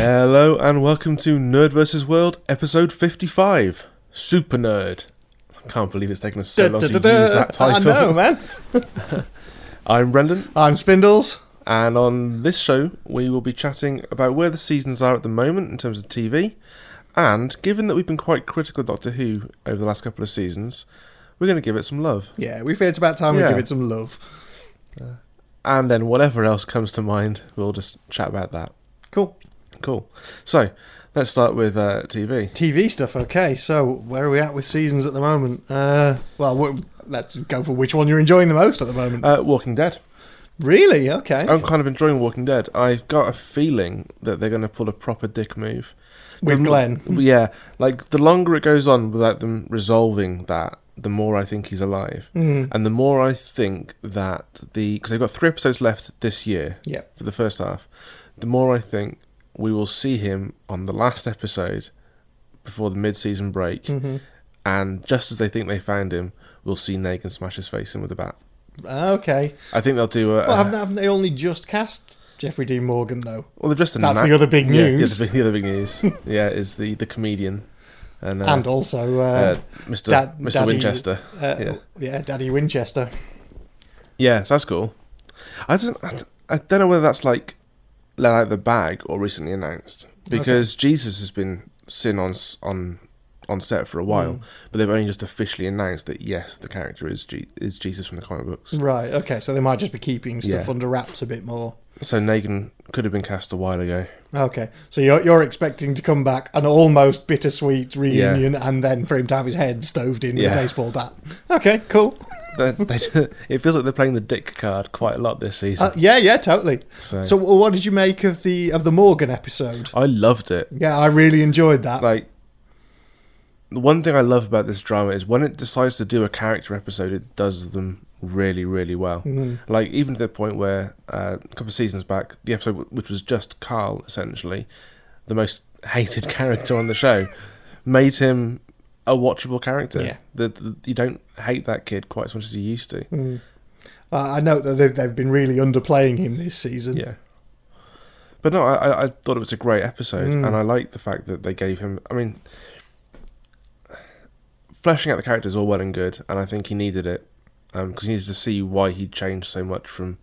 Hello and welcome to Nerd vs. World, episode 55 Super Nerd. I can't believe it's taken us so long to use that title. I know, man. I'm Brendan, I'm Spindles. and on this show, we will be chatting about where the seasons are at the moment in terms of TV. And given that we've been quite critical of Doctor Who over the last couple of seasons, we're going to give it some love. Yeah, we feel it's about time Yeah. we give it some love. And then whatever else comes to mind, we'll just chat about that. Cool. Cool. So, let's start with uh, TV. TV stuff. Okay, so where are we at with seasons at the moment? Uh, well, wh- let's go for which one you're enjoying the most at the moment. Uh, Walking Dead. really? Okay. I'm kind of enjoying Walking Dead. I've got a feeling that they're going to pull a proper dick move. with the- Glenn. Yeah, like the longer it goes on without them resolving that, the more I think he's alive. Mm. And the more I think that the. Because they've got three episodes left this year Yep. for the first half, the more I think we will see him on the last episode before the mid season break. Mhm. And just as they think they found him, we'll see Negan smash his face in with a bat. Ah, Okay. I think they'll do a. Well, haven't, haven't they only just cast Jeffrey Dean Morgan though? well, they've just That's annou- the other big Yeah, the news. other big- the other big news. yeah, is the the comedian and uh, and also, uh, uh, Mr. Dad- Mr. Daddy- Winchester. uh, yeah. yeah. Daddy Winchester. Yeah, so that's cool. I don't I don't- I don't know whether that's like let out the bag or recently announced because Jesus has been seen on s- on on set for a Mm. while, but they've only just officially announced that yes, the character is G- is Jesus from the comic books. Right. Okay. So they might just be keeping stuff Yeah. under wraps a bit more. So Negan could have been cast a while ago. Okay, so you're, you're expecting to come back an almost bittersweet reunion and then for him to have his head stoved in with Yeah. a baseball bat. Okay, cool. They- they- it feels like they're playing the dick card quite a lot this season. Uh, yeah, yeah, totally. so So, wh- what did you make of the of the Morgan episode? I loved it. Yeah, I really enjoyed that. like the one thing I love about this drama is when it decides to do a character episode, it does them really, really well. Like even to the point where uh, a couple of seasons back, the episode w- which was just Carl essentially, the most hated character on the show, made him a watchable character. Yeah. The, the- you don't hate that kid quite as much as you used to. Mm. Uh, I I know that they've, they've been really underplaying him this season. Yeah. But no, I, I- I thought it was a great episode, Mm. and I like the fact that they gave him. I mean, fleshing out the characters all well and good, and I think he needed it because he needed to see why he changed so much from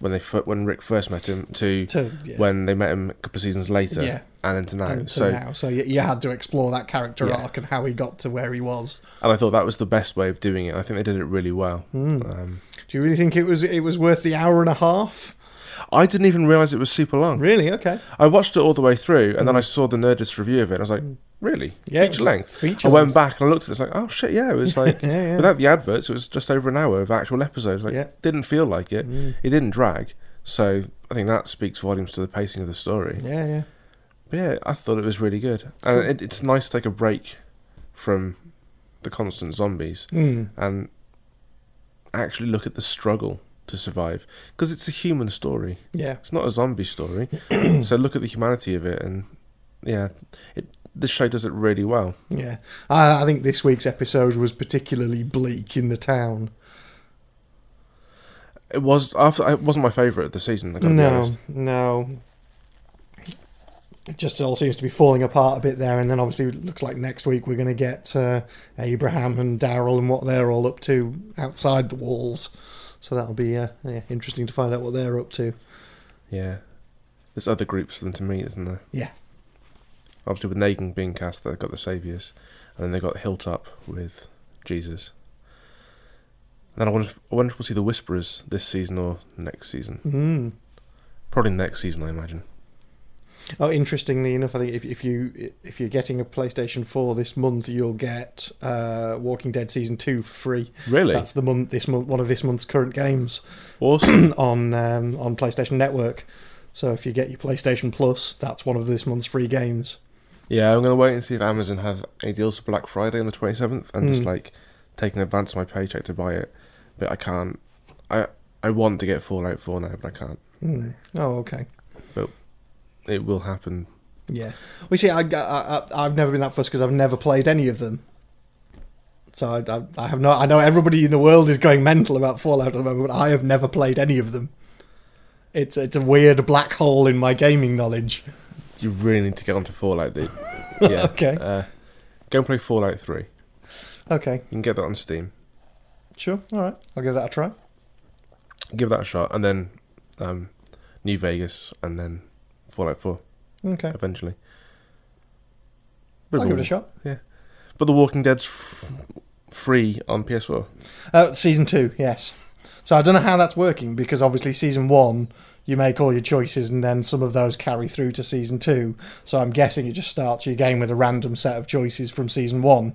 when they fir- when Rick first met him to, To, yeah. when they met him a couple of seasons later, Yeah. and then to now. and to uh, so, now, so you, you had to explore that character Yeah. arc and how he got to where he was. and I thought that was the best way of doing it. I think they did it really well. Mm. Um, Hmm. Do you really think it was it was worth the hour and a half? I didn't even realize it was super long. Really? Okay. I watched it all the way through, and then I saw the Nerdist review of it. And I was like, really? mm. Yeah, it feature was length. feature I went length. back and I looked at it. It's like, oh shit, yeah. It was like Yeah, yeah. without the adverts, it was just over an hour of actual episodes. Like, Yeah. Mm. didn't feel like it. It didn't drag. So I think that speaks volumes to the pacing of the story. Yeah, yeah. But yeah, I thought it was really good, and it, it's nice to take a break from the constant zombies Mm. and actually look at the struggle to survive because it's a human story. Yeah. It's not a zombie story. so look at the humanity of it, and yeah, it, this show does it really well. Yeah, I, I think this week's episode was particularly bleak in the town. It was after it wasn't my favorite of the season. I gotta be No, honest. no. It just all seems to be falling apart a bit there, and then obviously it looks like next week we're going to get uh, Abraham and Daryl and what they're all up to outside the walls. So that'll be uh, yeah, interesting to find out what they're up to. yeah, there's other groups for them to meet, isn't there? Yeah. Obviously, with Negan being cast, they've got the Saviors, and then they got Hilltop with Jesus. And then I wonder, I wonder if we'll see the Whisperers this season or next season. Mm. Probably next season, I imagine. Oh, interestingly enough, I think if, if you if you're getting a PlayStation Four this month, you'll get uh, Walking Dead season two for free. Really? That's the month this month one of this month's current games. awesome. on um, on PlayStation Network. So if you get your PlayStation Plus, that's one of this month's free games. Yeah, I'm gonna wait and see if Amazon have any deals for Black Friday on the 27th, and just Mm. like taking advance of my paycheck to buy it, but I can't. I I want to get Fallout 4 now, but I can't. Hmm. Oh, okay. It will happen. Yeah. We see, I, I, I, have never been that fussed because I've never played any of them. So I, I, I have no. I know everybody in the world is going mental about Fallout at the moment, but I have never played any of them. It's it's a weird black hole in my gaming knowledge. You really need to get onto Fallout, dude. yeah. Okay. Uh, go and play Fallout 3. You Okay, can get that on Steam. sure, all right, I'll give that a try. Give that a shot, and then um, New Vegas, and then Fallout 4 Okay, eventually. But, I'll it's give it all- a shot. but The Walking Dead's f- free on PS4. Uh, season two, yes. So I don't know how that's working because obviously season one you make all your choices and then some of those carry through to season two. So I'm guessing it just starts your game with a random set of choices from season one.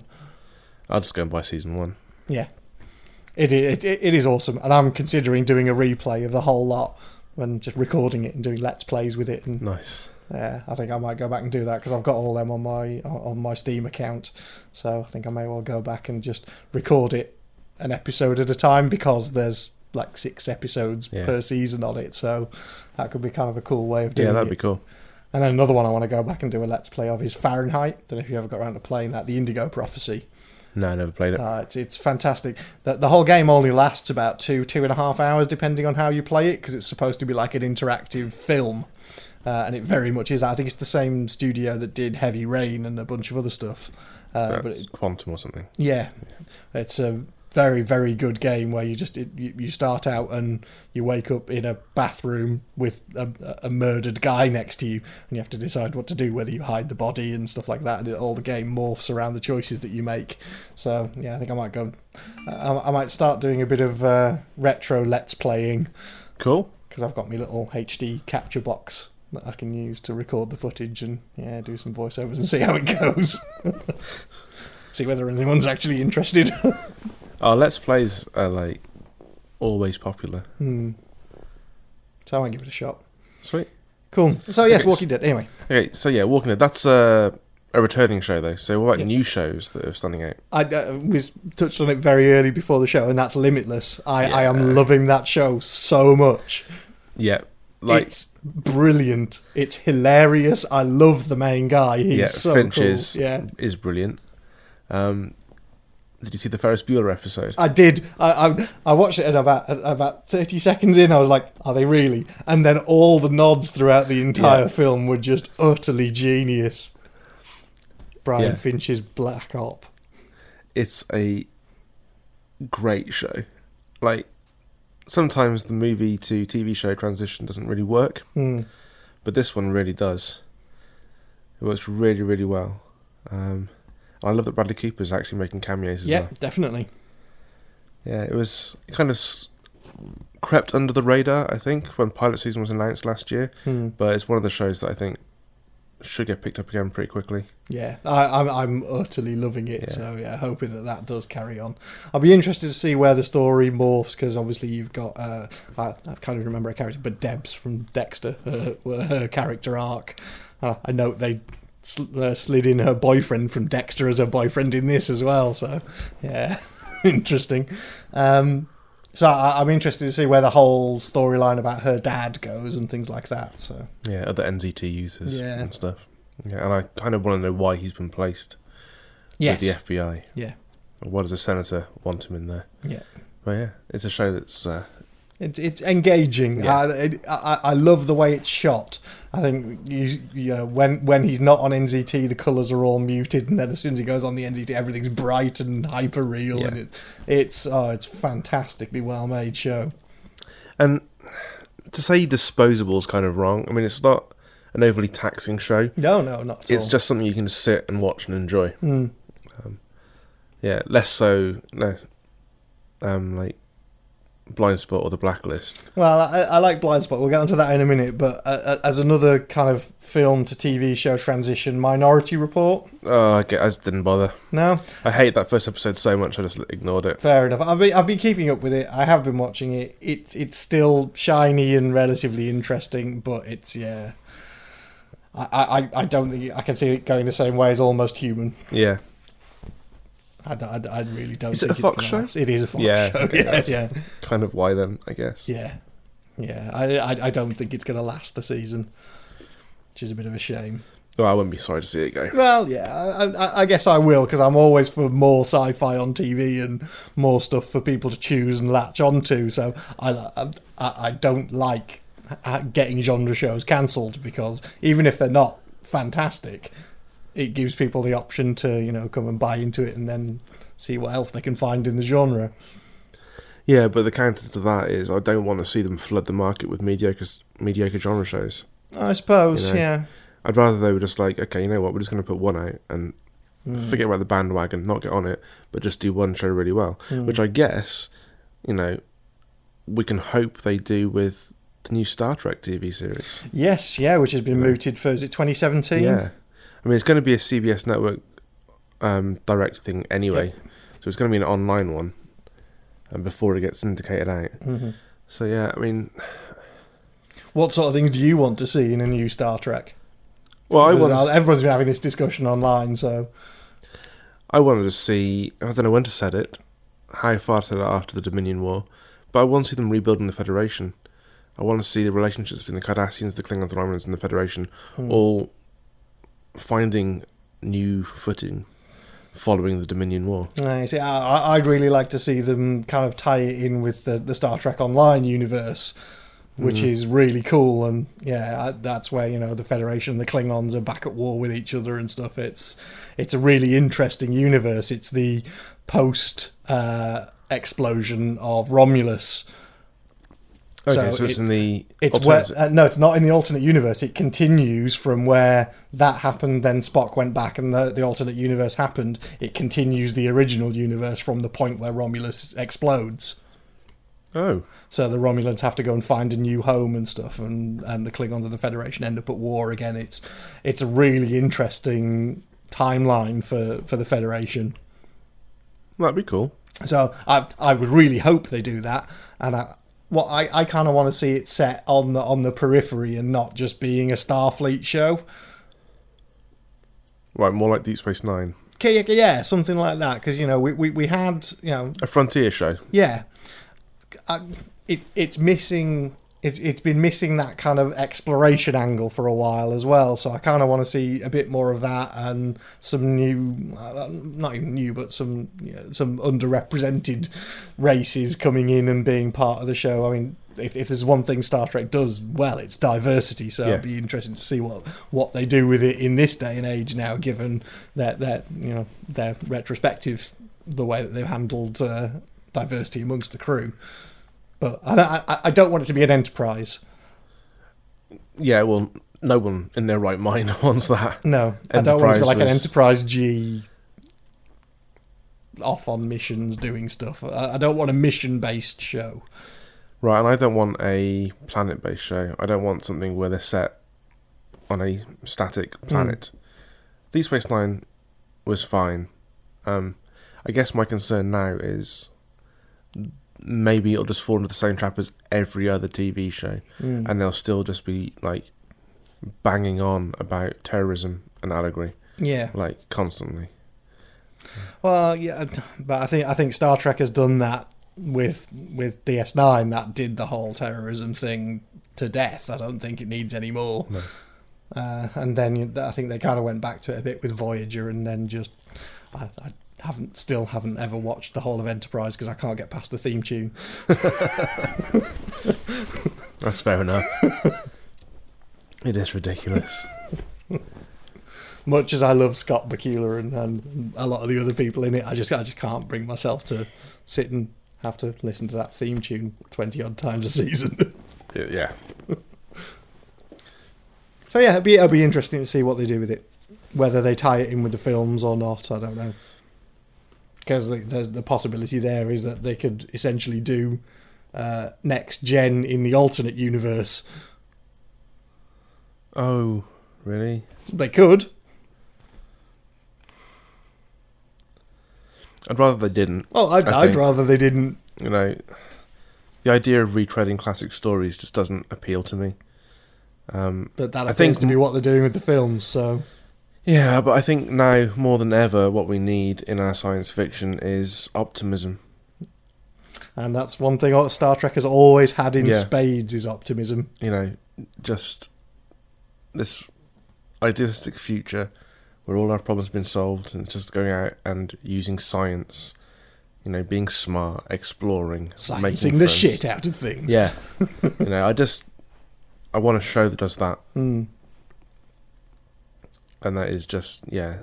I'll just go and buy season one. Yeah, it i- it it, it is awesome, and I'm considering doing a replay of the whole lot and just recording it and doing let's plays with it and Nice. Yeah, I think I might go back and do that because I've got all them on my on my Steam account. So I think I may well go back and just record it an episode at a time because there's like six episodes Yeah. per season on it. So that could be kind of a cool way of doing Yeah, that'd it. be cool. And then another one I want to go back and do a let's play of is Fahrenheit. Don't know if you ever got around to playing that, the Indigo Prophecy. No, I never played it. Uh, it's it's fantastic. The, the whole game only lasts about two two and a half hours, depending on how you play it, because it's supposed to be like an interactive film, uh, and it very much is. I think it's the same studio that did Heavy Rain and a bunch of other stuff. Uh, but That's it, Quantum or something. yeah, it's a very very good game where you just it, you, you start out and you wake up in a bathroom with a, a murdered guy next to you and you have to decide what to do whether you hide the body and stuff like that and it, all the game morphs around the choices that you make so yeah i think i might go i, I might start doing a bit of uh, retro let's playing Cool. because i've got my little hd capture box that i can use to record the footage and yeah do some voiceovers and see how it goes see whether anyone's actually interested Our Let's Plays are like always popular. Hmm. So I won't give it a shot. Sweet. Cool. So yes, Okay, Walking Dead. Anyway, Okay, so yeah, Walking Dead. That's a a returning show though. So what about Yeah. new shows that are standing out? I uh, was touched on it very early before the show, and that's Limitless. I, I am Yeah. loving that show so much. Yeah, like it's brilliant. It's hilarious. I love the main guy. He's yeah, so Finch cool. is Yeah. is brilliant. Um, did you see the Ferris Bueller episode? I did. I, I I watched it and about about thirty seconds in, I was like, "Are they really?" And then all the nods throughout the entire Yeah. film were just utterly genius. Brian Yeah. Finch's Black Op. It's a great show. Like sometimes the movie to TV show transition doesn't really work, Hmm. but this one really does. It works really, really well. Um, I love that Bradley Cooper's actually making cameos as Yeah, well. definitely. Yeah, it was it kind of s- crept under the radar, I think, when pilot season was announced last year. Hmm. But it's one of the shows that I think should get picked up again pretty quickly. Yeah, I, I'm I'm utterly loving it. Yeah. So yeah, hoping that that does carry on. I'll be interested to see where the story morphs because obviously you've got uh, I, I kind of remember a character, but Debs from Dexter, her, her character arc. Uh, I note they sl- uh, slid in her boyfriend from Dexter as her boyfriend in this as well. So yeah, interesting. Um, so I, I'm interested to see where the whole storyline about her dad goes and things like that. So Yeah, other NZT users Yeah. and stuff. Yeah, and I kind of want to know why he's been placed yes, with the FBI. yeah, Why does the senator want him in there? yeah. But yeah, it's a show that's uh, It's it's engaging. Yeah. I, it- I I love the way it's shot. I think you, you know, when when he's not on NZT, the colours are all muted, and then as soon as he goes on the NZT, everything's bright and hyper real, and Yeah. it it's oh, it's fantastically well made show. and to say disposable is kind of wrong. I mean, it's not an overly taxing show. No, no, not at It's all. just something you can sit and watch and enjoy. Mm. Yeah, less so no, um, like Blind Spot or The Blacklist. Well, I, I like Blindspot. We'll get onto that in a minute. But uh, uh, as another kind of film to TV show transition, Minority Report. Oh, I, get, I just didn't bother. No, I hate that first episode so much. I just ignored it. Fair enough. I've been, I've been keeping up with it. I have been watching it. It's it's still shiny and relatively interesting, but it's yeah. I, I, I don't think I can see it going the same way as Almost Human. Yeah, I, d- I d- I really don't. Is it think a Fox it's show? gonna last. It is a Fox Yeah, show. okay, yeah, that's- yeah, Kind of why then, I guess. yeah, yeah. I, I, I don't think it's going to last the season, which is a bit of a shame. No, I wouldn't be sorry to see it go. Well, yeah, I, I, I guess I will because I'm always for more sci-fi on TV and more stuff for people to choose and latch onto. So I, I, I don't like uh, getting genre shows cancelled because even if they're not fantastic, it gives people the option to you know come and buy into it and then see what else they can find in the genre. Yeah, but the counter to that is I don't want to see them flood the market with mediocre mediocre genre shows. I suppose, You know. yeah. I'd rather they were just like, okay, you know what, we're just going to put one out and Mm. forget about the bandwagon, not get on it, but just do one show really well. mm. Which I guess, you know, we can hope they do with the new Star Trek TV series. Yes, yeah, which has been mooted for is it 2017? Yeah. I mean, it's going to be a CBS network um, direct thing anyway. So it's going to be an online one and before it gets syndicated out. hmm So, yeah, I mean, What sort of things do you want to see in a new Star Trek? well, I There's- want to everyone's been having this discussion online, so I wanted to see. I don't know when to set it, how far to set it after the Dominion War, but I want to see them rebuilding the Federation. I want to see the relationships between the Cardassians, the Klingons, the Romulans, and the Federation all finding new footing following the Dominion War. uh, you see, I, I- I'd really like to see them kind of tie it in with the, the Star Trek Online universe, which is really cool. And yeah, I, that's where you know the Federation and the Klingons are back at war with each other and stuff. It's it's a really interesting universe. It's the post uh, explosion of Romulus. Okay, so, it's it- in the It's where alternative- uh, no, it's not in the alternate universe. It continues from where that happened. Then Spock went back, and the, the alternate universe happened. It continues the original universe from the point where Romulus explodes. oh, So the Romulans have to go and find a new home and stuff, and, and the Klingons and the Federation end up at war again. It's it's a really interesting timeline for, for the Federation. that'd be cool. So I I would really hope they do that, and I what I, I kind of want to see it set on the on the periphery and not just being a Starfleet show. Right, more like Deep Space Nine, Okay, yeah, yeah, something like that. Because you know we, we, we had you know a frontier show. yeah, I, it it's missing. It's, it's been missing that kind of exploration angle for a while as well, so I kind of want to see a bit more of that and some new, uh, not even new, but some you know, some underrepresented races coming in and being part of the show. I mean, if, if there's one thing Star Trek does well, it's diversity. So Yeah. it'd be interesting to see what what they do with it in this day and age now, given that that you know their retrospective, the way that they've handled uh, diversity amongst the crew. But I, I, I don't want it to be an enterprise. Yeah, well, no one in their right mind wants that. No, I don't want it to Enterprise be like an was- enterprise G off on missions doing stuff. I, I don't want a mission based show. Right, and I don't want a planet based show. I don't want something where they're set on a static planet. Deep Space Nine was fine. Um, I guess my concern now is maybe it'll just fall into the same trap as every other TV show, and they'll still just be like banging on about terrorism and allegory, Yeah. like constantly. Well, yeah, d- but I think I think Star Trek has done that with with DS9 that did the whole terrorism thing to death. I don't think it needs any more. No. Uh, and then you- I think they kind of went back to it a bit with Voyager, and then just I, I haven't still haven't ever watched the whole of Enterprise because I can't get past the theme tune. That's fair enough. it is ridiculous. Much as I love Scott Bakula and, and a lot of the other people in it, I just I just can't bring myself to sit and have to listen to that theme tune twenty odd times a season. yeah. So yeah, it'll be, it'll be interesting to see what they do with it, whether they tie it in with the films or not. I don't know, because the, the the possibility there is that they could essentially do uh, next gen in the alternate universe. Oh, really? They could. I'd rather they didn't. Oh, I'd, I I'd think- rather they didn't. you know, the idea of retreading classic stories just doesn't appeal to me. Um, But that I appears think to be m- what they're doing with the films. So Yeah, but I think now more than ever, what we need in our science fiction is optimism. And that's one thing Star Trek has always had in Yeah. spades is optimism. You know, just this idealistic future where all our problems have been solved and it's just going out and using science, you know, being smart, exploring, Sciencing making the friends. shit out of things. Yeah. you know, I just I want a show that does that. Hmm. and that is just yeah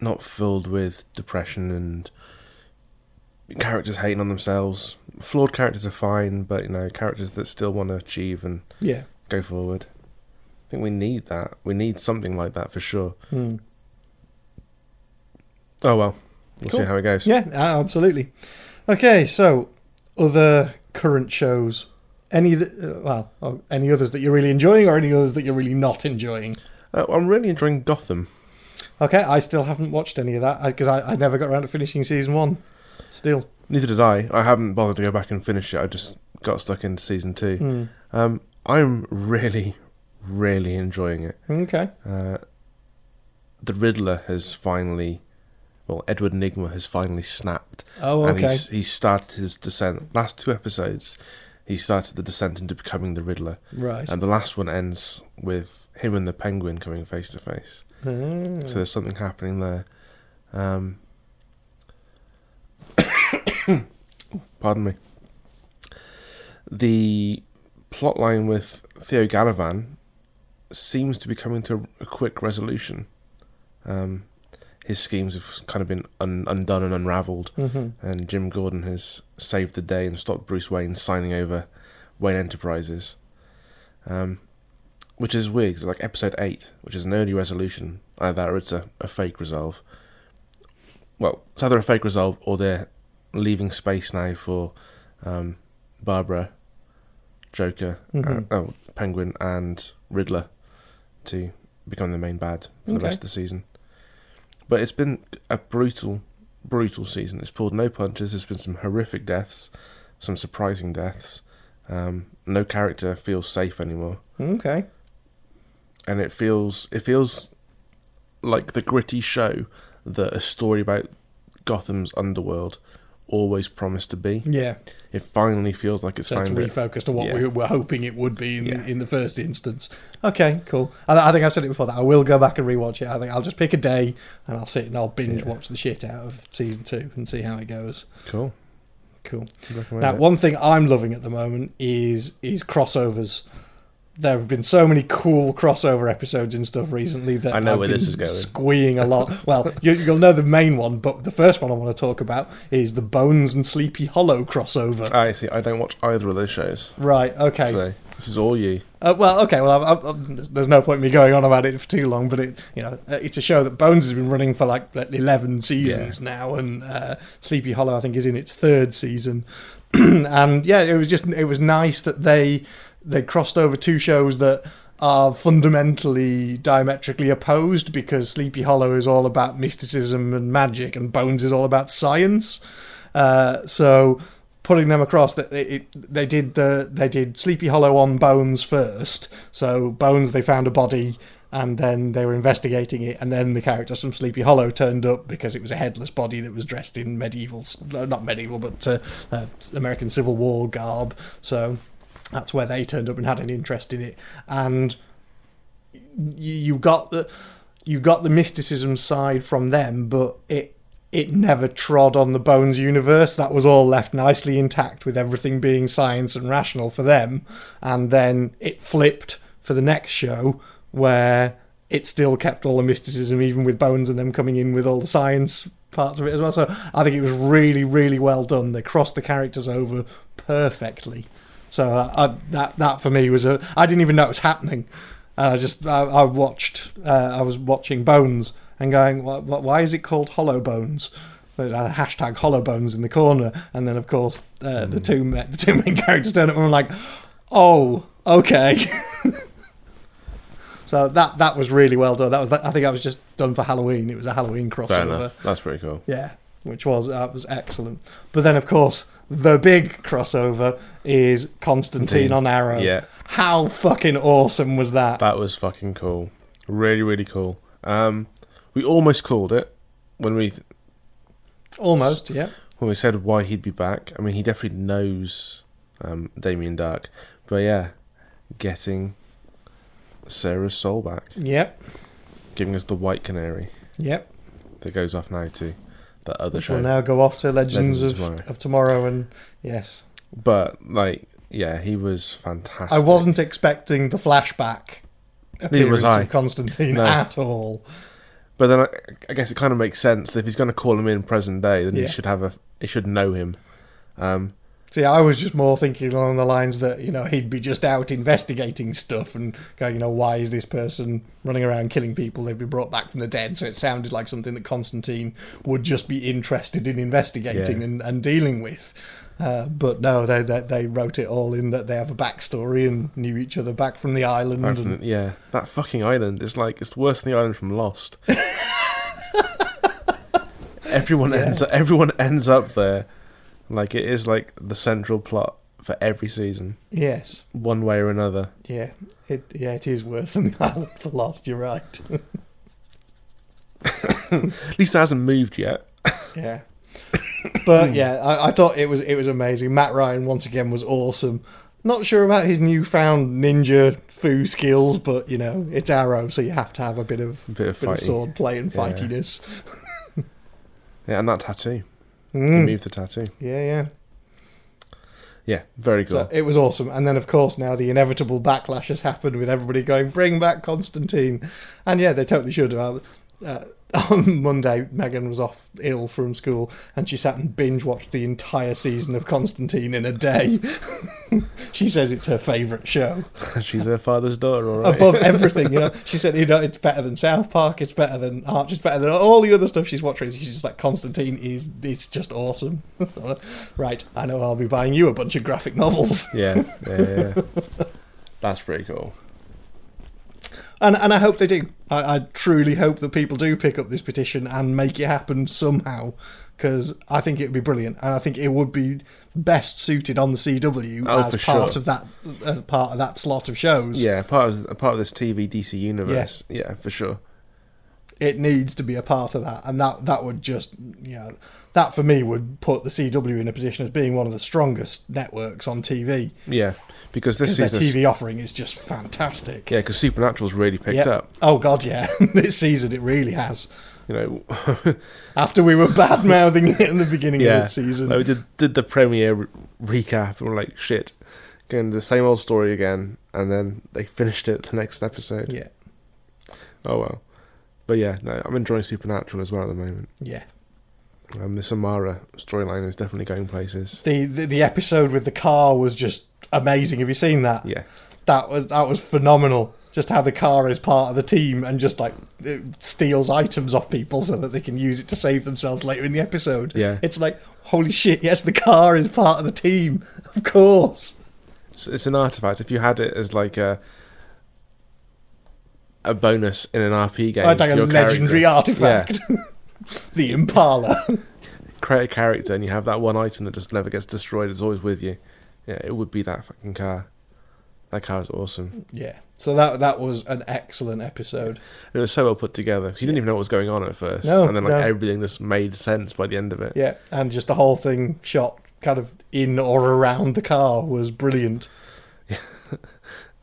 not filled with depression and characters hating on themselves flawed characters are fine but you know characters that still want to achieve and Yeah. go forward i think we need that we need something like that for sure Hmm. oh well we'll see Cool. how it goes Yeah, a- absolutely. Okay, so other current shows. Any th- uh, well, oh, any others that you're really enjoying, or any others that you're really not enjoying? uh, i'm really enjoying gotham Okay, I still haven't watched any of that because I, I never got around to finishing season one. Still, neither did i i haven't bothered to go back and finish it i just got stuck into season two Hmm. um, i'm really really enjoying it okay. Uh, the Riddler has finally, well, Edward Nigma has finally snapped, Oh, and okay. he's he started his descent. Last two episodes, he started the descent into becoming the Riddler, Right. and the last one ends with him and the Penguin coming face to face. Ah. So there's something happening there. Um, pardon me. The plot line with Theo Gallivan seems to be coming to a quick resolution. Um, his schemes have kind of been un- undone and unravelled, Mhm. and Jim Gordon has saved the day and stopped Bruce Wayne signing over Wayne Enterprises. Um, which is weird, 'cause like episode 8, which is an early resolution, either that or it's a, a fake resolve. Well, it's either a fake resolve or they're leaving space now for um, Barbara, Joker, Mhm. uh, oh, Penguin, and Riddler to become the main bad for the Okay. rest of the season. But it's been a brutal, brutal season. It's pulled no punches. There's been some horrific deaths, some surprising deaths. Um, no character feels safe anymore, Okay. and it feels it feels like the gritty show that a story about Gotham's underworld always promised to be. Yeah. It finally feels like it's So it's found it. refocused to what Yeah. we were hoping it would be in, Yeah. the, in the first instance. Okay, cool. I, I think I've said it before that I will go back and rewatch it. I think I'll just pick a day and I'll sit and I'll binge Yeah. watch the shit out of season two and see how it goes. Cool. Cool. Recommend Now, it. one thing I'm loving at the moment is is crossovers. There have been so many cool crossover episodes and stuff recently that I know I've where been this is going. Squeeing a lot. well, you, you'll know the main one, but the first one I want to talk about is the Bones and Sleepy Hollow crossover. I see. I don't watch either of those shows, right. Okay. Ah. so this is all you. Uh, well, okay. Well, I, I, I, there's there's no point in me going on about it for too long, but it, you know, uh, it's a show that Bones has been running for like like, eleven seasons now, and uh, Sleepy Hollow, I think, is in its third season. and yeah, it was just it was nice that they they crossed over two shows that are fundamentally diametrically opposed because Sleepy Hollow is all about mysticism and magic, and Bones is all about science. Uh, so putting them across that it, it, they did the they did Sleepy Hollow on Bones first. So Bones they found a body and then they were investigating it and then the characters from Sleepy Hollow turned up because it was a headless body that was dressed in medieval s- no, not medieval but uh, uh, American Civil War garb. So that's where they turned up and had an interest in it and you, you got the you got the mysticism side from them, but it it never trod on the Bones universe. That was all left nicely intact with everything being science and rational for them, and then it flipped for the next show where it still kept all the mysticism, even with Bones and them coming in with all the science parts of it as well. So I think it was really, really well done. They crossed the characters over perfectly. So uh, I, that that for me was a I didn't even know it was happening. And I just I, I watched uh, I was watching Bones and going why, why is it called Hollow Bones? There's a hashtag Hollow Bones in the corner, and then of course uh, Hmm. the two ma- the two main characters turn up and I'm like, oh okay. so that that was really well done. That was I think that was just done for Halloween. It was a Halloween crossover. Fair enough. That's pretty cool. Yeah, which was uh, was excellent. But then, of course, the big crossover is Constantine Indeed. on Arrow. Yeah. How fucking awesome was that? That was fucking cool. Really, really cool. Um, we almost called it when we Almost, yeah. when we said why he'd be back. I mean, he definitely knows um, Damien Dark, but yeah, getting Sarah's soul back, Yep, giving us the White Canary yep. that goes off now to that other Which show. will now go off to Legends Legends, of of, Tomorrow. of Tomorrow, and yes. But like, yeah, he was fantastic. I wasn't expecting the flashback Neither was appearance I. of Constantine No. at all. But then I, I guess it kind of makes sense that if he's going to call him in present day, then Yeah. he should have a he should know him. Um, See, I was just more thinking along the lines that, you know, he'd be just out investigating stuff and going, you know, why is this person running around killing people? They've been brought back from the dead. So it sounded like something that Constantine would just be interested in investigating Yeah. and, and dealing with. Uh, but no, they, they they wrote it all in that they have a backstory and knew each other back from the island. and, yeah, that fucking island is like it's worse than the island from Lost. everyone ends up, everyone ends up there, like it is like the central plot for every season, yes, one way or another. yeah, it yeah it is worse than the island for Lost. You're right. At least it hasn't moved yet. Yeah. But yeah, I, I thought it was it was amazing. Matt Ryan once again was awesome. Not sure about his newfound ninja foo skills, but you know it's Arrow, so you have to have a bit of A bit of bit of fighting. sword play and Yeah. fightiness. Yeah, and that tattoo. Mm. He moved the tattoo. Yeah, yeah. Yeah, very cool. So it was awesome. And then, of course, now the inevitable backlash has happened with everybody going, bring back Constantine. And yeah, they totally should have. Uh, on Monday, Megan was off ill from school and she sat and binge watched the entire season of Constantine in a day. she says it's her favourite show. She's her father's daughter, all right. Above everything, you know. She said, you know, it's better than South Park, it's better than Arch, it's better than all the other stuff she's watching. She's just like, Constantine is, it's just awesome. right, I know I'll be buying you a bunch of graphic novels. Yeah, yeah, yeah, yeah. That's pretty cool. and and I hope they do. I, I truly hope that people do pick up this petition and make it happen somehow, because I think it would be brilliant, and I think it would be best suited on the CW Oh, as for part sure. of that as part of that slot of shows. Yeah, part of a part of this TV DC universe. Yeah, for sure. It needs to be a part of that, and that that would just yeah, that for me would put the CW in a position as being one of the strongest networks on TV. Yeah, because this Their season, TV offering is just fantastic. yeah, because Supernatural's really picked Yep. up. Oh God, yeah! this season it really has. You know, after we were bad mouthing it in the beginning yeah, of the season. Like, we did did the premiere re- recap and we're like, shit, going the same old story again, and then they finished it the next episode. Yeah, Oh well, but yeah, no, I'm enjoying Supernatural as well at the moment. yeah. Um, the Samara storyline is definitely going places. The, the the episode with the car was just amazing. Have you seen that? Yeah, That was that was phenomenal. Just how the car is part of the team and just like it steals items off people so that they can use it to save themselves later in the episode. Yeah. It's like holy shit! Yes, the car is part of the team. Of course. it's, it's an artifact. If you had it as like a a bonus in an RP game, It's like for a your legendary character, artifact. the Impala. create a character and you have that one item that just never gets destroyed, it's always with you. Yeah, it would be that fucking car. That car is awesome. yeah. So that that was an excellent episode. It was so well put together 'cause you didn't even know what was going on at first, No, and then like no. everything just made sense by the end of it. Yeah, and just the whole thing shot kind of in or around the car was brilliant.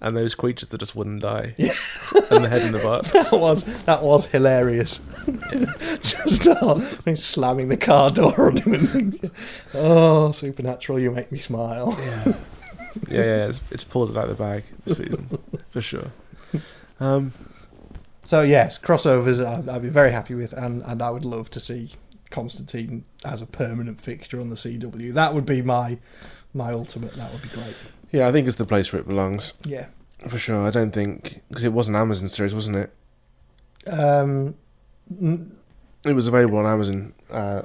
And those creatures that just wouldn't die, and the head in the butt. That was that was hilarious. just the whole, when he's slamming the car door on him. And, oh, supernatural! You make me smile. Yeah, yeah, it's, it's pulled it out of the bag this season for sure. Um, So yes, crossovers. I- I'd be very happy with, and and I would love to see Constantine as a permanent fixture on the CW. That would be my my ultimate. That would be great. yeah, I think it's the place where it belongs Yeah. for sure. I don't think because it was an Amazon series, wasn't it? Um. n- It was available on Amazon. Uh,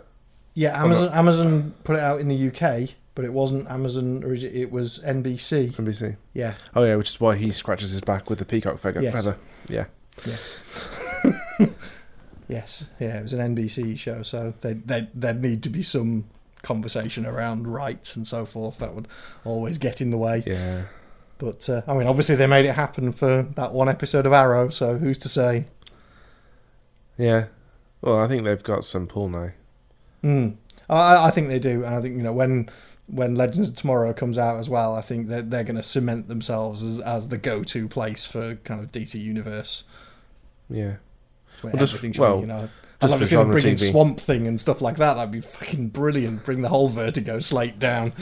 Yeah, no. Amazon Amazon put it out in the UK, but it wasn't Amazon origi- it was NBC. NBC. Yeah. Oh yeah, which is why he scratches his back with the peacock feather. Yes. feather. Yeah. Yes. yes. Yeah, it was an NBC show, so they they there'd need to be some conversation around rights and so forth that would always get in the way. Yeah. But uh, I mean, obviously they made it happen for that one episode of Arrow, so who's to say? Yeah. Well, I think they've got some pull now. Mm. I, I think they do, and I think you know when when Legends of Tomorrow comes out as well, I think that they're going to cement themselves as, as the go to place for kind of DC universe. Yeah. Well, Where just- everything should well, be, you know. I'd just love for to see them genre bring in TV. Swamp Thing and stuff like that. That'd be fucking brilliant. Bring the whole Vertigo slate down.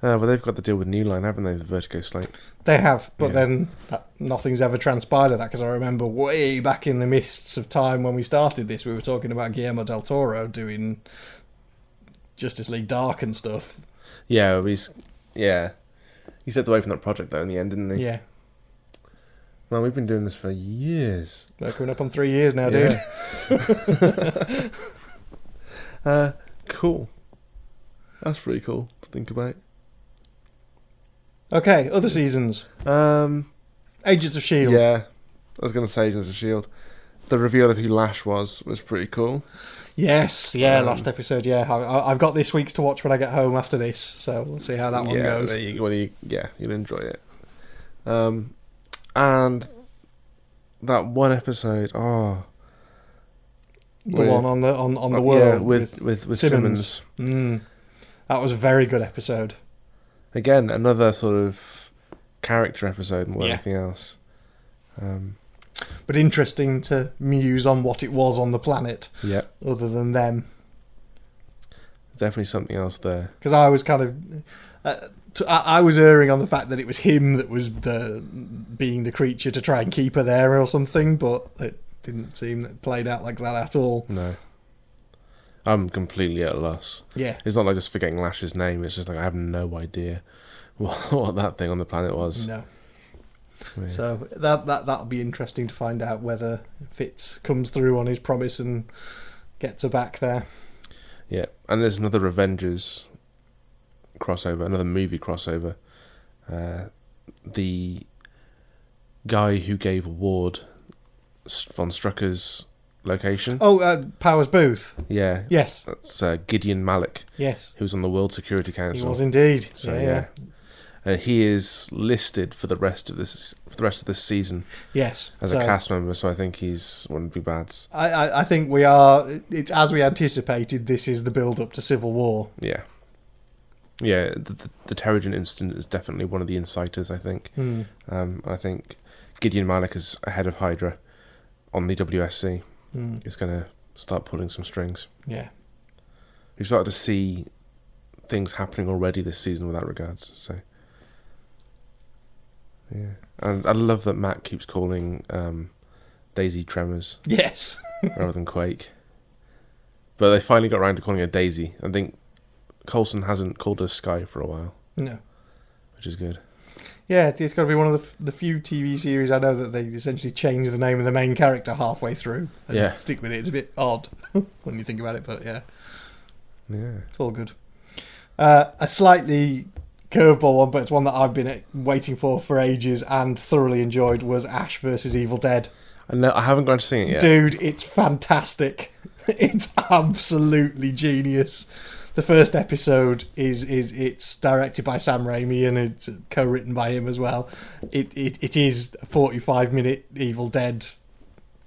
Uh, but they've got the deal with New Line, haven't they? The Vertigo slate. They have, but Yeah. then that, nothing's ever transpired of that because I remember way back in the mists of time when we started this, we were talking about Guillermo del Toro doing Justice League Dark and stuff. Yeah, but he's yeah. He stepped away from that project though in the end, didn't he? Yeah, Man, we've been doing this for years. they're coming up on three years now, Yeah. dude. Uh, cool. That's pretty cool to think about. Okay, other seasons. Um, Agents of Shield. yeah, I was gonna say as a shield. The reveal of who Lash was was pretty cool. Yes, yeah. Um, last episode. Yeah, I, I- I've got this week's to watch when I get home after this, so we'll see how that one yeah, goes. there you- well, you- yeah, you'll enjoy it. Um, and that one episode, oh, the with- one on the on, on the uh, world yeah, with with, with Simmons. Simmons. Mm. that was a very good episode. Again, another sort of character episode more than Yeah. anything else. Um, but interesting to muse on what it was on the planet yeah, other than them definitely something else there. because I was kind of uh, t- I I was erring on the fact that it was him that was the being the creature to try and keep her there or something but it didn't seem that it played out like that at all No, I'm completely at a loss. yeah It's not like just forgetting Lash's name. It's just like I have no idea what, what that thing on the planet was. no Yeah. so that that that'll be interesting to find out whether Fitz comes through on his promise and gets her back there Yeah, and there's another Avengers crossover, another movie crossover. Uh, the guy who gave Ward S- von Strucker's location. oh uh, Powers Booth Yeah, yes that's uh, Gideon Malik, yes who's on the World Security he Council. was indeed So yeah, yeah. yeah Uh, he is listed for the rest of this for the rest of this season yes as So- a cast member, so I think he's one of the big bads. I, I, I think we are. It's as we anticipated. This is the build-up to civil war. Yeah, yeah. The, the, the Terrigen incident is definitely one of the inciters. I think. Hmm. Um, I think Gideon Malik is ahead of Hydra on the WSC. Mm. Is going to start pulling some strings. Yeah, We've started to see things happening already this season with that regards. So, yeah, and I love that Matt keeps calling um, Daisy Tremors yes, rather than Quake. But they finally got around to calling her Daisy. I think Colson hasn't called her Sky for a while, no, which is good. yeah. It's, it's got to be one of the, f- the few TV series I know that they essentially change the name of the main character halfway through. And Yeah. stick with it. It's a bit odd when you think about it, but yeah, Yeah. it's all good. Uh, a slightly curveball one, but it's one that I've been eh, waiting for for ages and thoroughly enjoyed was Ash versus Evil Dead. I know I haven't gone to sing it yet. Dude, it's fantastic. It's absolutely genius. The first episode is is it's directed by Sam Raimi and it's co-written by him as well. It it, it is a 45 minute Evil Dead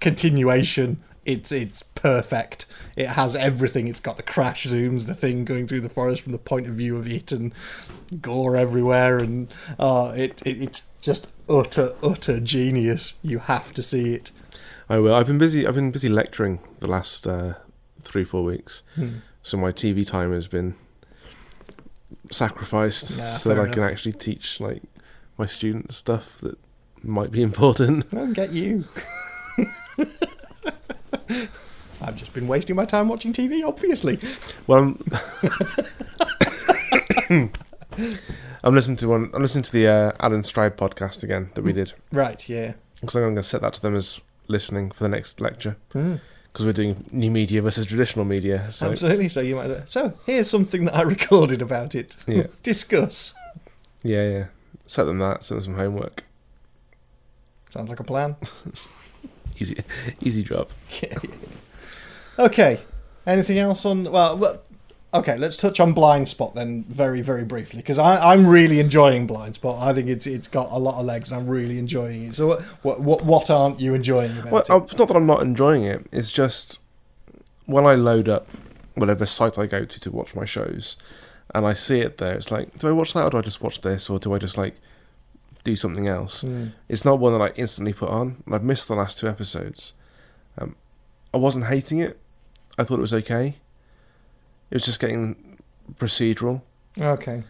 continuation. It's it's perfect. It has everything. It's got the crash zooms, the thing going through the forest from the point of view of it, and gore everywhere, and uh, it, it it's just utter utter genius. You have to see it. I will. I've been busy. I've been busy lecturing the last uh, three four weeks, Hmm. so my TV time has been sacrificed Yeah, so that fair I can enough. actually teach like my students stuff that might be important. I'll get you. I've just been wasting my time watching TV, obviously. Well, I'm, I'm listening to one. I'm listening to the uh, Alan Stride podcast again Hmm. that we did Right, yeah. because I'm going to set that to them as listening for the next lecture because we're doing new media versus traditional media. Hmm, So Absolutely. So you might as well- So here's something that I recorded about it. Yeah. Discuss. yeah, yeah. Set them that. Set them some homework. Sounds like a plan. Easy, easy job. okay. Anything else on well, well Okay, let's touch on Blind Spot then, very very briefly, because I'm really enjoying Blind Spot. I think it's it's got a lot of legs, and I'm really enjoying it. So what what what, what aren't you enjoying about Well, uh, it? it's not that I'm not enjoying it. It's just when I load up whatever site I go to to watch my shows, and I see it there, it's like, do I watch that, or do I just watch this, or do I just like do something else? Mm. It's not one that I instantly put on. and I've missed the last two episodes. Um, I wasn't hating it. I thought it was okay. It was just getting procedural. Okay,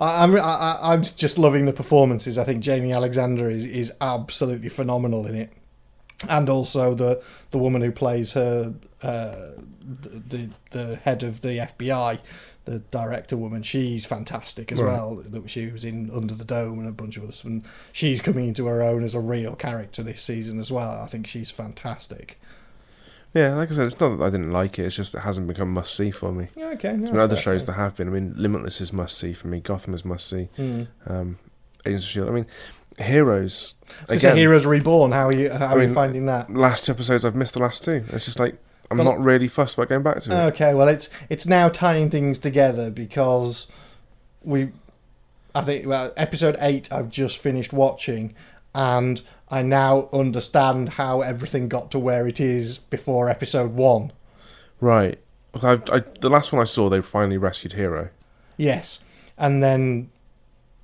I, I'm I, I- I'm just loving the performances. I think Jamie Alexander is, is absolutely phenomenal in it, and also the the woman who plays her uh, the the the head of the FBI, the director woman. She's fantastic as Right. well. That she was in Under the Dome and a bunch of others, and she's coming into her own as a real character this season as well. I think she's fantastic. Yeah, like I said, it's not that I didn't like it. It's just it hasn't become must see for me. Yeah, okay. No, There are other fair shows play. that have been. I mean, Limitless is must see for me. Gotham is must see. Mm. um, Agents of Shield. I mean, Heroes. So you say Again, Heroes Reborn. How are you? How I are you mean, finding that? last two episodes I've missed the last two. It's just like I'm But- Uh, not really fussed about going back to it. Okay, well, it's it's now tying things together because we, I think, well, episode eight I've just finished watching, and I now understand how everything got to where it is before episode one. Right. Okay, I, I, the last one I saw, they finally rescued Hero. Yes, and then,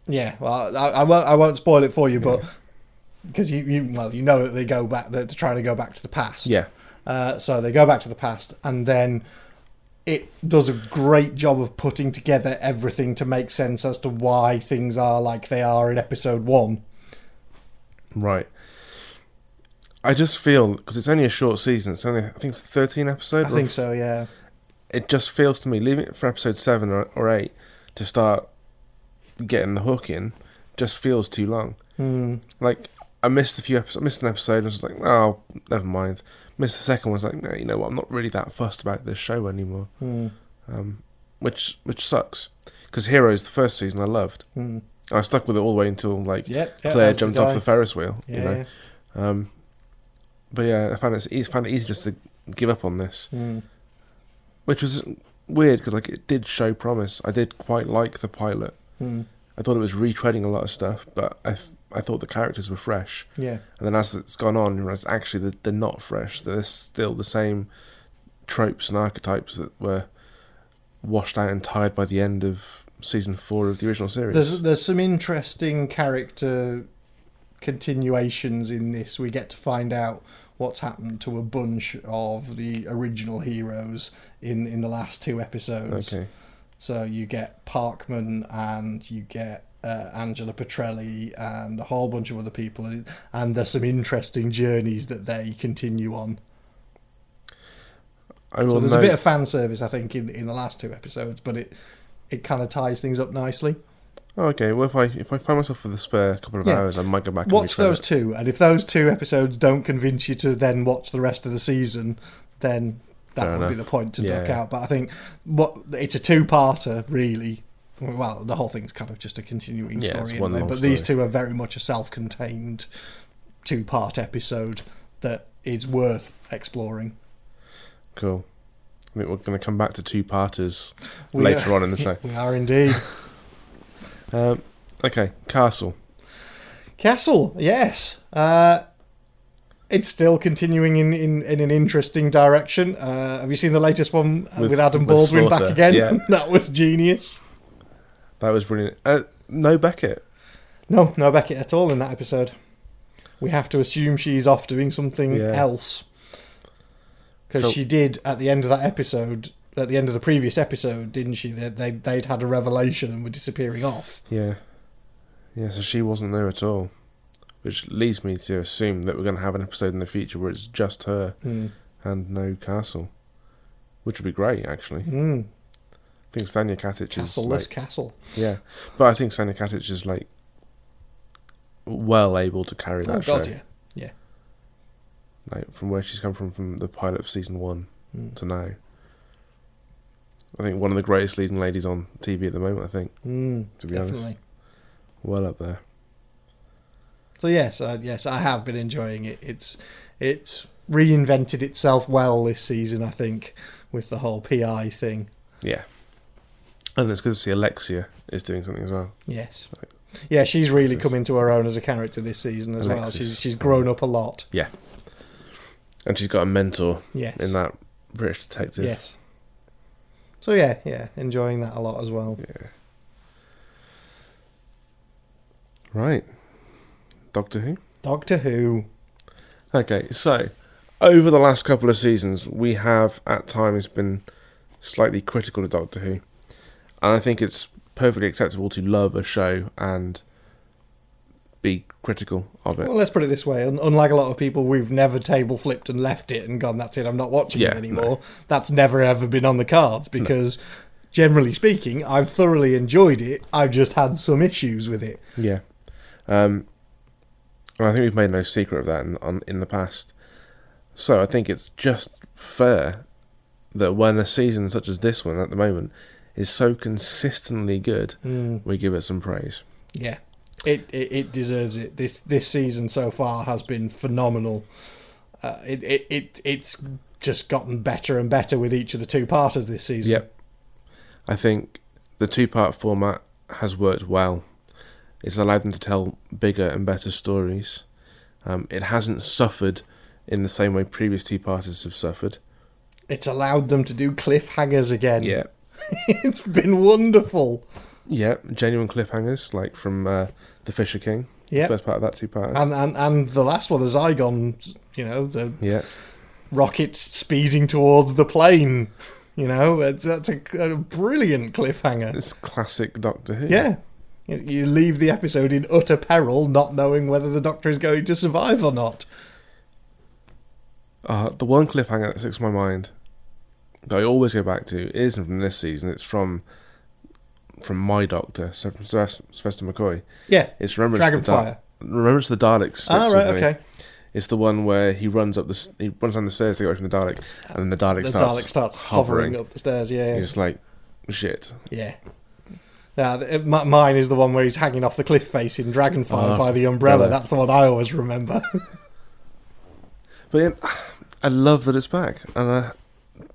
yeah, well, I, I won't I won't spoil it for you, but because you, you well you know that they go back they're trying to go back to the past. Yeah. Uh, so they go back to the past, and then it does a great job of putting together everything to make sense as to why things are like they are in episode one. Right. I just feel because it's only a short season. It's only I think it's a 13 episode. I or- think so, yeah. it just feels to me leaving it for episode seven or, or eight to start getting the hook in just feels too long. Hmm. Like I missed a few episodes. I missed an episode. and I was like, oh, never mind. Missed the second one. I was like, no, you know what? I'm not really that fussed about this show anymore. Hmm. Um, which which sucks because Heroes the first season I loved. Hmm. I stuck with it all the way until like Yep. yep, Claire as did jumped off I. the Ferris wheel. Yeah. You know. Um, but yeah, I found it e- found it easy just to give up on this, Hmm. which was weird because like it did show promise. I did quite like the pilot. Hmm. I thought it was retreading a lot of stuff, but I I thought the characters were fresh. Yeah. And then as it's gone on, you realise actually they're, they're not fresh. They're still the same tropes and archetypes that were washed out and tired by the end of season four of the original series. There's there's some interesting character continuations in this. We get to find out what's happened to a bunch of the original heroes in in the last two episodes. okay, So you get Parkman and you get uh, Angela Petrelli and a whole bunch of other people, and, and there's some interesting journeys that they continue on. I So will there's note, a bit of fan service, I think, in, in the last two episodes, but it it kind of ties things up nicely. oh, okay, well if I if I find myself with a spare couple of Yeah. hours, I might go back. and Watch retry those it. two, and if those two episodes don't convince you to then watch the rest of the season, then that Fair would be enough. the point to Yeah, duck yeah. out. But I think what it's a two-parter, really. Well, the whole thing's kind of just a continuing Yeah, story it's one anyway. long But these story. two are very much a self-contained two-part episode that is worth exploring. Cool. I think we're going to come back to two parters We later on in the show. We are indeed. Um, okay, Castle. Castle, yes. Uh, it's still continuing in, in, in an interesting direction. Uh, have you seen the latest one uh, with, With- Adam with Baldwin back Slaughter, again? yeah. that was genius. That was brilliant. Uh, no Beckett. No, no Beckett at all in that episode. We have to assume she's off doing something Yeah. else. Because So- she did at the end of that episode, at the end of the previous episode, didn't she? They, they, they'd had a revelation and were disappearing off. Yeah. Yeah, so she wasn't there at all. Which leads me to assume that we're going to have an episode in the future where it's just her Mm. and no Castle. Which would be great, actually. I Mm. think Stanja Katic is. Castle-less castle. like- yeah. But I think Stanja Katic is, like, well able to carry that Oh, God, show. yeah. Like, from where she's come from, from the pilot of season one Mm. to now. I think one of the greatest leading ladies on TV at the moment, I think, Mm, to be definitely. honest. Well up there. So yes, uh, yes, I have been enjoying it. It's it's reinvented itself well this season, I think, with the whole PI thing. Yeah. And it's good to see Alexia is doing something as well. Yes. Yeah, she's really Alexis. come into her own as a character this season as well. Alexis. She's she's grown up a lot. And she's got a mentor Yes. in that British detective. Yes. So yeah, yeah, enjoying that a lot as well. Yeah. Right. Doctor Who. Doctor Who. Okay, so over the last couple of seasons, we have at times been slightly critical of Doctor Who, and I think it's perfectly acceptable to love a show and be critical of it. Well, let's put it this way: un- unlike a lot of people, we've never table flipped and left it and gone, "That's it, I'm not watching Yeah, it no. anymore." That's never ever been on the cards because, generally speaking, I've thoroughly enjoyed it. I've just had some issues with it. Yeah, um, and I think we've made no secret of that in, on, in the past. So I think it's just fair that when a season such as this one at the moment is so consistently good, Mm, we give it some praise. yeah, it, it it deserves it. This this season so far has been phenomenal. Uh, it, it it it's just gotten better and better with each of the two parters this season. Yep. I think the two part format has worked well. It's allowed them to tell bigger and better stories. Um, it hasn't suffered in the same way previous two parters have suffered. It's allowed them to do cliffhangers again. Yeah. it's been wonderful. Yeah. Genuine cliffhangers, like from uh, The Fisher King. Yeah. First part of that two part. and and and the last one, the Zygon, you know, the yeah. rocket speeding towards the plane. You know, it's- that's a, a brilliant cliffhanger. It's classic Doctor Who. Yeah. You- You leave the episode in utter peril, not knowing whether the Doctor is going to survive or not. Uh, the one cliffhanger that sticks in my mind that I always go back to isn't from this season. It's from from my doctor, so from Sylvester Sylvester McCoy. Yeah, It's remembrance. of the Dal- Dragonfire. Remembrance of the Daleks. sticks Ah, right, with me. okay. It's the one where he runs up the s- he runs down the stairs to get away from the Dalek, and then the Dalek The starts Dalek starts hovering, up the stairs. Yeah, He's like, shit. yeah. Now, th- it- mi- mine is the one where he's hanging off the cliff face in Dragonfire Ah, by the umbrella. umbrella. That's the one I always remember. But then, I love that it's back, and I,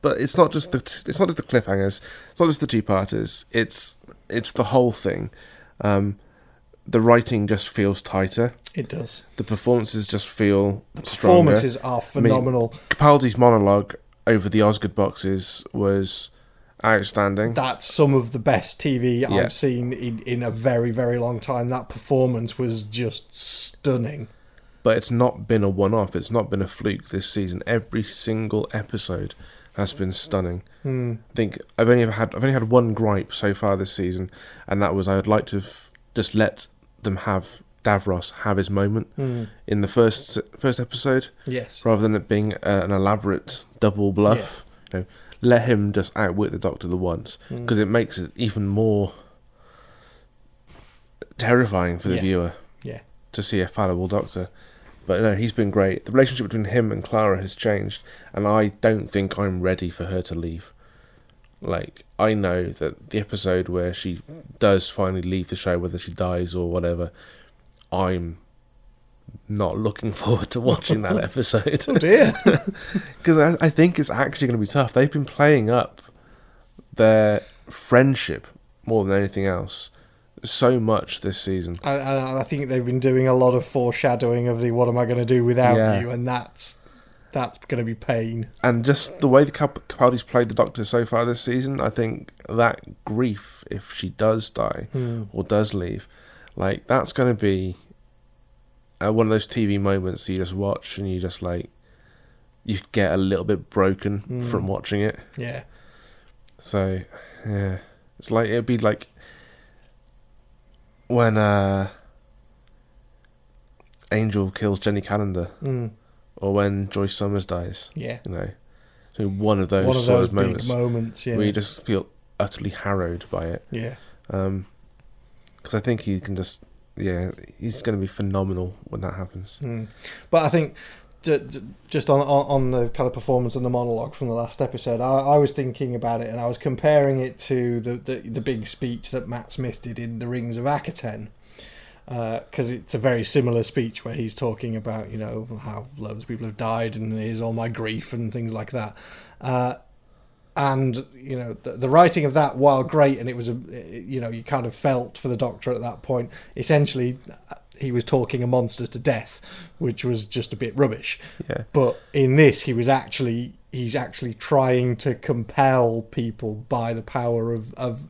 but it's not just the it's not just the cliffhangers. It's not just the two parters. It's it's the whole thing. Um, the writing just feels tighter. it does. The performances just feel stronger. Performances are mean, phenomenal. Capaldi's monologue over the Osgood boxes was outstanding. that's some of the best TV Yeah. I've seen in, in a very, very long time. That performance was just stunning. but it's not been a one off. It's not been a fluke this season. Every single episode has been stunning. Hmm. I think I've only ever had I've only had one gripe so far this season, and that was I would like to have just let them have Davros have his moment Hmm. in the first first episode, Yes. rather than it being uh, an elaborate double bluff. You know, let him just outwit the Doctor the once Mm. because it makes it even more terrifying for the Yeah. viewer Yeah. to see a fallible doctor. But no, he's been great. The relationship between him and Clara has changed, and I don't think I'm ready for her to leave. Like, I know that the episode where she does finally leave the show, whether she dies or whatever, I'm not looking forward to watching that episode. Oh dear. Because I, I think it's actually going to be tough. They've been playing up their friendship more than anything else so much this season. I, I, I think they've been doing a lot of foreshadowing of the "What am I going to do without Yeah. you?" and that's that's going to be pain. And just the way the Cap- Capaldi's played the Doctor so far this season, I think that grief, if she does die or does leave, like that's going to be uh, one of those TV moments you just watch and you just like you get a little bit broken Mm. from watching it. Yeah. So yeah, it's like it'd be like when uh Angel kills Jenny Calendar Mm. or when Joyce Summers dies. Yeah. You know, so one of those One of sort those of big moments moments. yeah. where you just feel utterly harrowed by it. yeah. Because I think he can just, yeah, he's going to be phenomenal when that happens. Mm. But I think ju- ju- just on, on on the kind of performance and the monologue from the last episode, I, I was thinking about it and I was comparing it to the, the, the big speech that Matt Smith did in The Rings of Akaten. Because it's a very similar speech where he's talking about, you know, how loads of people have died and here's all my grief and things like that. Uh, and you know the, the writing of that while great and it was a you know you kind of felt for the doctor at that point essentially uh, he was talking a monster to death which was just a bit rubbish Yeah. but in this he was actually he's actually trying to compel people by the power of, of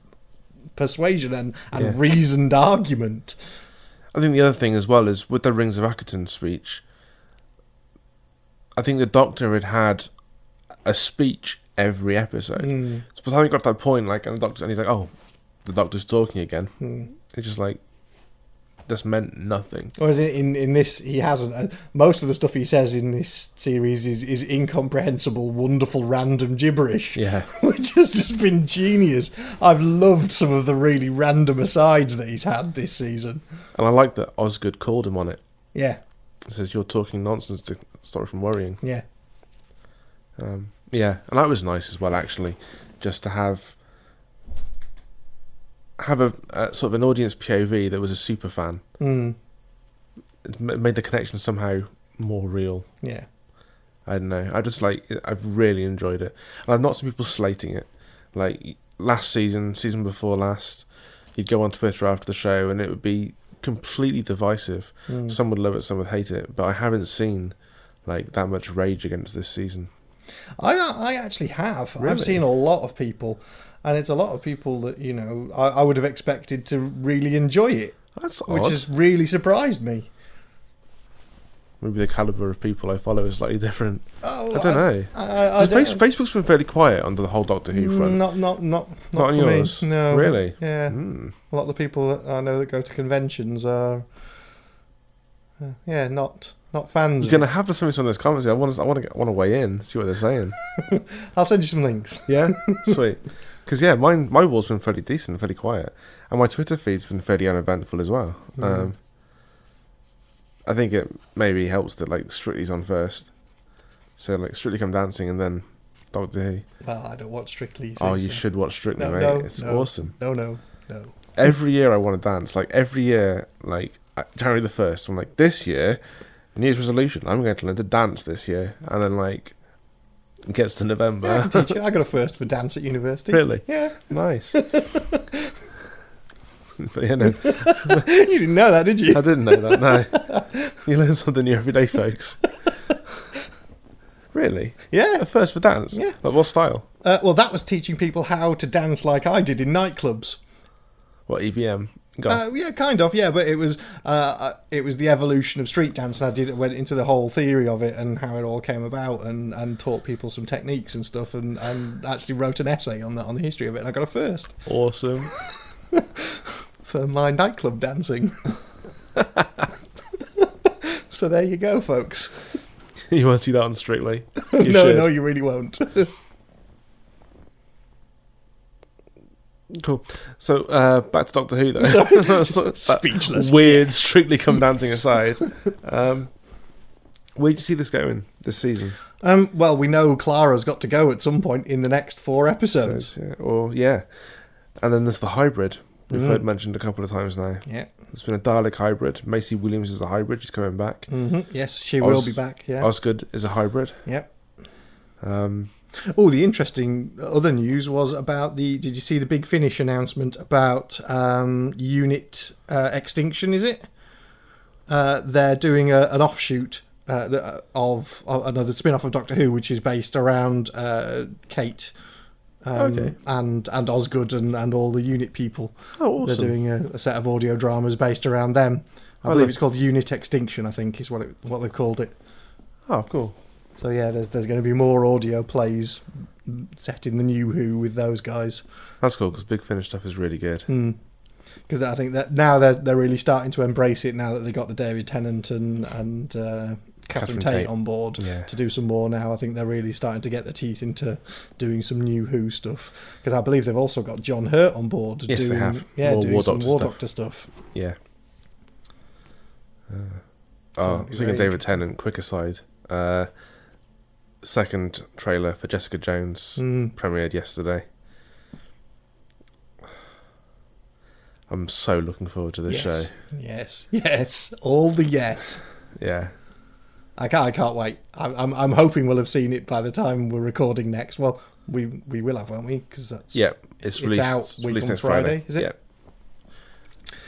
persuasion and, and Yeah. reasoned argument I think the other thing as well is with the Rings of Akaton speech, I think the Doctor had had a speech every episode. Hmm. So by the time he got to that point, like, and the Doctor, and he's like, oh, the Doctor's talking again. Hmm. It's just like, this meant nothing. Whereas in, in, in this, he hasn't. Uh, most of the stuff he says in this series is, is incomprehensible, wonderful, random gibberish, Yeah. which has just been genius. I've loved some of the really random asides that he's had this season. And I like that Osgood called him on it. Yeah, He says, you're talking nonsense to stop her from worrying. yeah. Um, yeah, and that was nice as well, actually, just to have have a, a sort of an audience POV that was a super fan. Mm, It ma- made the connection somehow more real. yeah. I don't know. I just like I've really enjoyed it, and I've not seen people slating it. Like last season, season before last, you'd go on Twitter after the show, and it would be completely divisive. Mm. Some would love it, some would hate it, but I haven't seen like that much rage against this season. I, I actually have. Really? I've seen a lot of people, and it's a lot of people that, you know, I, I would have expected to really enjoy it, That's odd. which has really surprised me. maybe the caliber of people I follow is slightly different. Oh, I don't know. I, I, I 'Cause don't, Mm, Face- Facebook's been fairly quiet under the whole Doctor Who front. Not, not, not, not, Not for on yours? me. No, Really? Mm, Yeah, Hmm. a lot of the people that I know that go to conventions are, uh, yeah, not not fans. You're of gonna it. have to send me some of those comments. I want to. I want to. I want to weigh in. See what they're saying. I'll send you some links. Yeah, sweet. Because yeah, mine my wall's been fairly decent, fairly quiet, and my Twitter feed's been fairly uneventful as well. Mm. Um, I think it maybe helps that like Strictly's on first, so like Strictly come dancing and then Doctor Who. Well, I don't watch Strictly. so- Oh, you so- should watch Strictly, No, mate. no, it's no. awesome. No, no, no. every year I want to dance. Like every year, like uh, January the first, I'm like this year, New Year's resolution. I'm going to learn to dance this year, and then like it gets to Yeah, I November. can teach you. I got a first for dance at university. really Yeah, nice. but you know, you didn't know that, did you? I didn't know that. No, you learn something new every day, folks. really, Yeah. a first for dance. Yeah. Like what style? Uh, well, that was teaching people how to dance like I did in nightclubs. What EBM? Go. Uh, yeah, kind of. Yeah, but it was uh, uh, it was the evolution of street dance, and I did went into the whole theory of it and how it all came about, and, and taught people some techniques and stuff, and, and actually wrote an essay on that on the history of it. And I got a first awesome. for my nightclub dancing. so there you go, folks. you won't see that on Strictly. no, You should. no, you really won't. Cool. So uh, back to Doctor Who, though. Sorry. That Speechless. Weird, strictly come dancing aside. Um, where do you see this going this season? Um, well, we know Clara's got to go at some point in the next four episodes. So, yeah, or yeah, and then there's the hybrid we've Mm. heard mentioned a couple of times now. Yeah. There's been a Dalek hybrid. Macy Williams is a hybrid. She's coming back. hmm Yes, she Os- will be back. Yeah. Osgood is a hybrid. yep. Um, Oh, the interesting other news was about the. Did you see the big finish announcement about um, unit uh, extinction? Is it? Uh, they're doing a, an offshoot uh, the- uh, of, of another spin-off of Doctor Who, which is based around uh, Kate um, Okay. and and Osgood and, and all the unit people. oh, awesome. They're doing a, a set of audio dramas based around them. I Oh, believe look. it's called Unit Extinction. I think is what it, what they called it. Oh, cool. So yeah, there's there's going to be more audio plays set in the new Who with those guys That's cool because Big Finish stuff is really good. because I think that now they're they're really starting to embrace it now that they got the David Tennant and and uh, Catherine Catherine, Tate, Tate. on board Yeah. to do some more now. I think they're really starting to get their teeth into doing some new Who stuff because I believe they've also got John Hurt on board. Yes, they doing, have. Yeah, More doing War some Doctor War stuff. Doctor stuff. Yeah. Uh, that'd oh, be speaking of very David Tennant, quick aside. Uh, second trailer for Jessica Jones Mm. premiered yesterday. I'm so looking forward to this yes, show. yes, yes, all the yes. Yeah. I can't, I can't wait. I'm, I'm, I'm hoping we'll have seen it by the time we're recording next. Well, we we will have, won't we? Because that's Yeah, it's it's released. out it's week released on next Friday, Friday. is it? Yeah.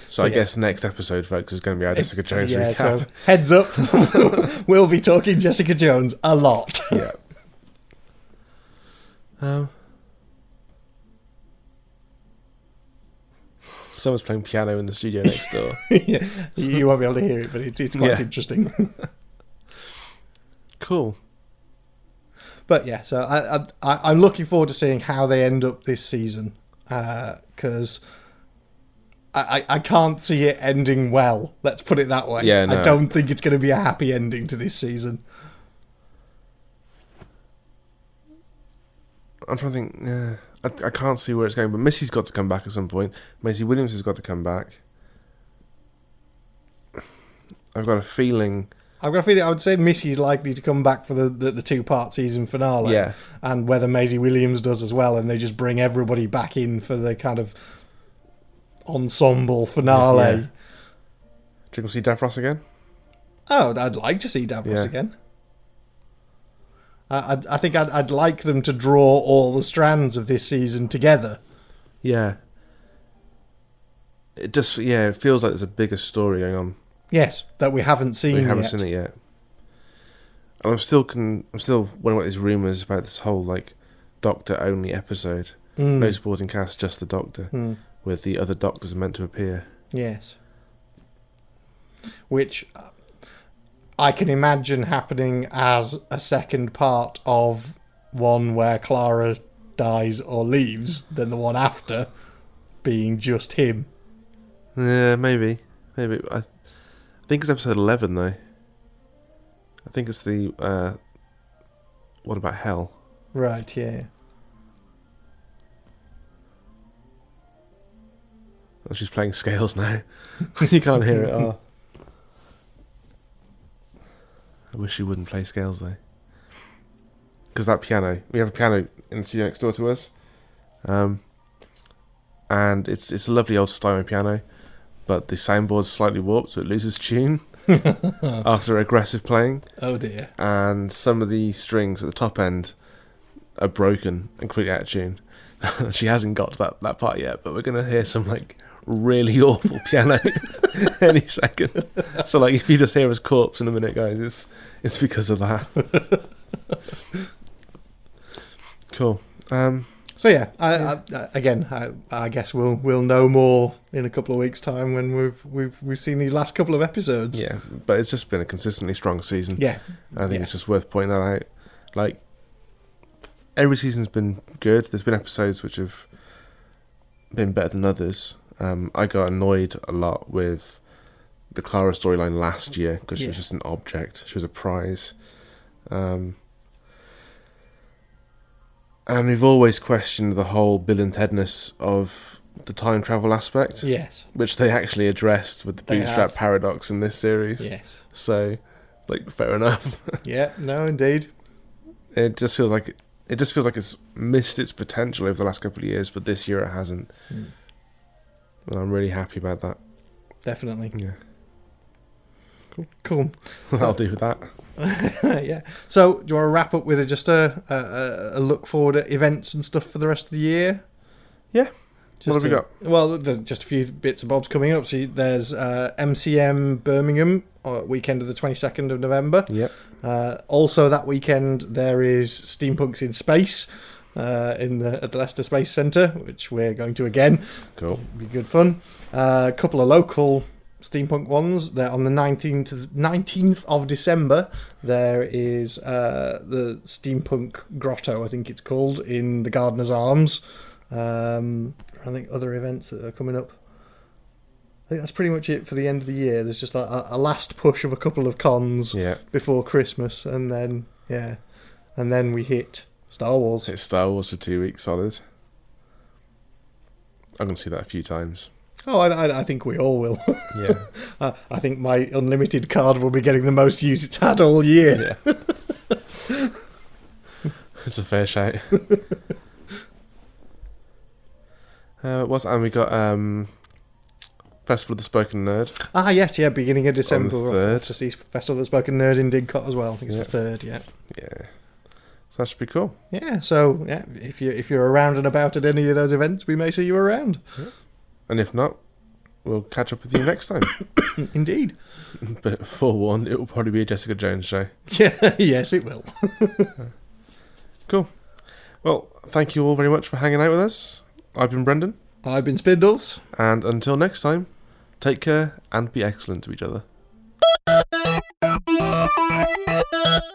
So, So, I yeah. guess the next episode, folks, is going to be our Jessica Jones yeah, recap. so heads up, we'll be talking Jessica Jones a lot. yeah. Um. Someone's playing piano in the studio next door. Yeah, you won't be able to hear it, but it's it's quite Yeah. interesting. cool. But yeah, so I, I I- I'm looking forward to seeing how they end up this season because. I, I I can't see it ending well. Let's put it that way. Yeah, no. I don't think it's going to be a happy ending to this season. I'm trying to think. Yeah, I, I can't see where it's going, but Missy's got to come back at some point. Maisie Williams has got to come back. I've got a feeling. I've got a feeling I would say Missy's likely to come back for the, the, the two part season finale. Yeah. And whether Maisie Williams does as well, and they just bring everybody back in for the kind of ensemble finale. Yeah. Do you think we'll see Davros again? Oh, I'd like to see Davros Yeah. again. I, I, I think I'd, I'd like them to draw all the strands of this season together. Yeah. It just yeah, it feels like there's a bigger story going on. Yes, that we haven't seen We haven't yet. seen it yet. And I'm still con- I'm still wondering what these rumours about this whole like Doctor only episode. Mm, No supporting cast, just the Doctor, mm, with the other Doctors meant to appear. yes. Which uh, I can imagine happening as a second part of one where Clara dies or leaves, than the one after being just him. Yeah, maybe, maybe. I, I think it's episode eleven though. I think it's the uh, what about Hell? Right, yeah. Oh, she's playing scales now. you can't hear it. Oh. I wish she wouldn't play scales though. Because that piano, we have a piano in the studio next door to us, um, and it's it's a lovely old Steinway piano, but the soundboard's slightly warped, so it loses tune after aggressive playing, Oh dear. and some of the strings at the top end are broken and completely out of tune. she hasn't got to that, that part yet, but we're gonna hear some like really awful piano any second. So like if you just hear us corpse in a minute, guys, it's it's because of that. cool. Um So yeah, I, I, I- again, I, I guess we'll we'll know more in a couple of weeks' time when we've we've we've seen these last couple of episodes. yeah, but it's just been a consistently strong season. yeah, I think Yeah. it's just worth pointing that out. Like every season's been good. There's been episodes which have been better than others. Um, I got annoyed a lot with the Clara storyline last year because she was Yeah. just an object. She was a prize. Um, and we've always questioned the whole Bill and Tedness of the time travel aspect, yes, which they actually addressed with the They bootstrap have. paradox in this series. yes, So, like, fair enough. yeah. No, indeed. it just feels like it just feels like it's missed its potential over the last couple of years, but this year it hasn't. Mm. And I'm really happy about that. Definitely. Yeah, Cool. I'll do with that. yeah. So, do you want to wrap up with a, just a, a- a, a look forward at events and stuff for the rest of the year? Yeah. Just What have we a- got? Well, there's just a few bits and bobs coming up. So you- there's uh, MCM Birmingham uh, weekend of the 22nd of November. Yep. Uh, also that weekend there is Steampunks in Space uh, in the at the Leicester Space Centre, which we're going to again. Cool. Be good fun. Uh, a couple of local steampunk ones. They're on the nineteenth nineteenth of December. There is uh, the steampunk grotto, I think it's called, in the Gardener's Arms. Um, I think other events that are coming up. I think that's pretty much it for the end of the year. There's just like a, a last push of a couple of cons Yeah, before Christmas, and then yeah, and then we hit Star Wars. it's Star Wars for two weeks solid. I'm gonna see that a few times. Oh, I, I, I think we all will. Yeah, Uh, I think my unlimited card will be getting the most use it's had all year. yeah. it's a fair shout. uh, what's and we got um, Festival of the Spoken Nerd. Ah, yes, yeah, beginning of December. third. To see Festival of the Spoken Nerd in Didcot as well. I think it's Yeah. the third, yeah. Yeah, So that should be cool. Yeah, so yeah, if you if you're around and about at any of those events, we may see you around. And if not, we'll catch up with you next time. Indeed. but forewarned, it will probably be a Jessica Jones show. Yeah, yes, it will. Cool. Well, thank you all very much for hanging out with us. I've been Brendan, I've been Spindles. and until next time, take care and be excellent to each other. Thank you.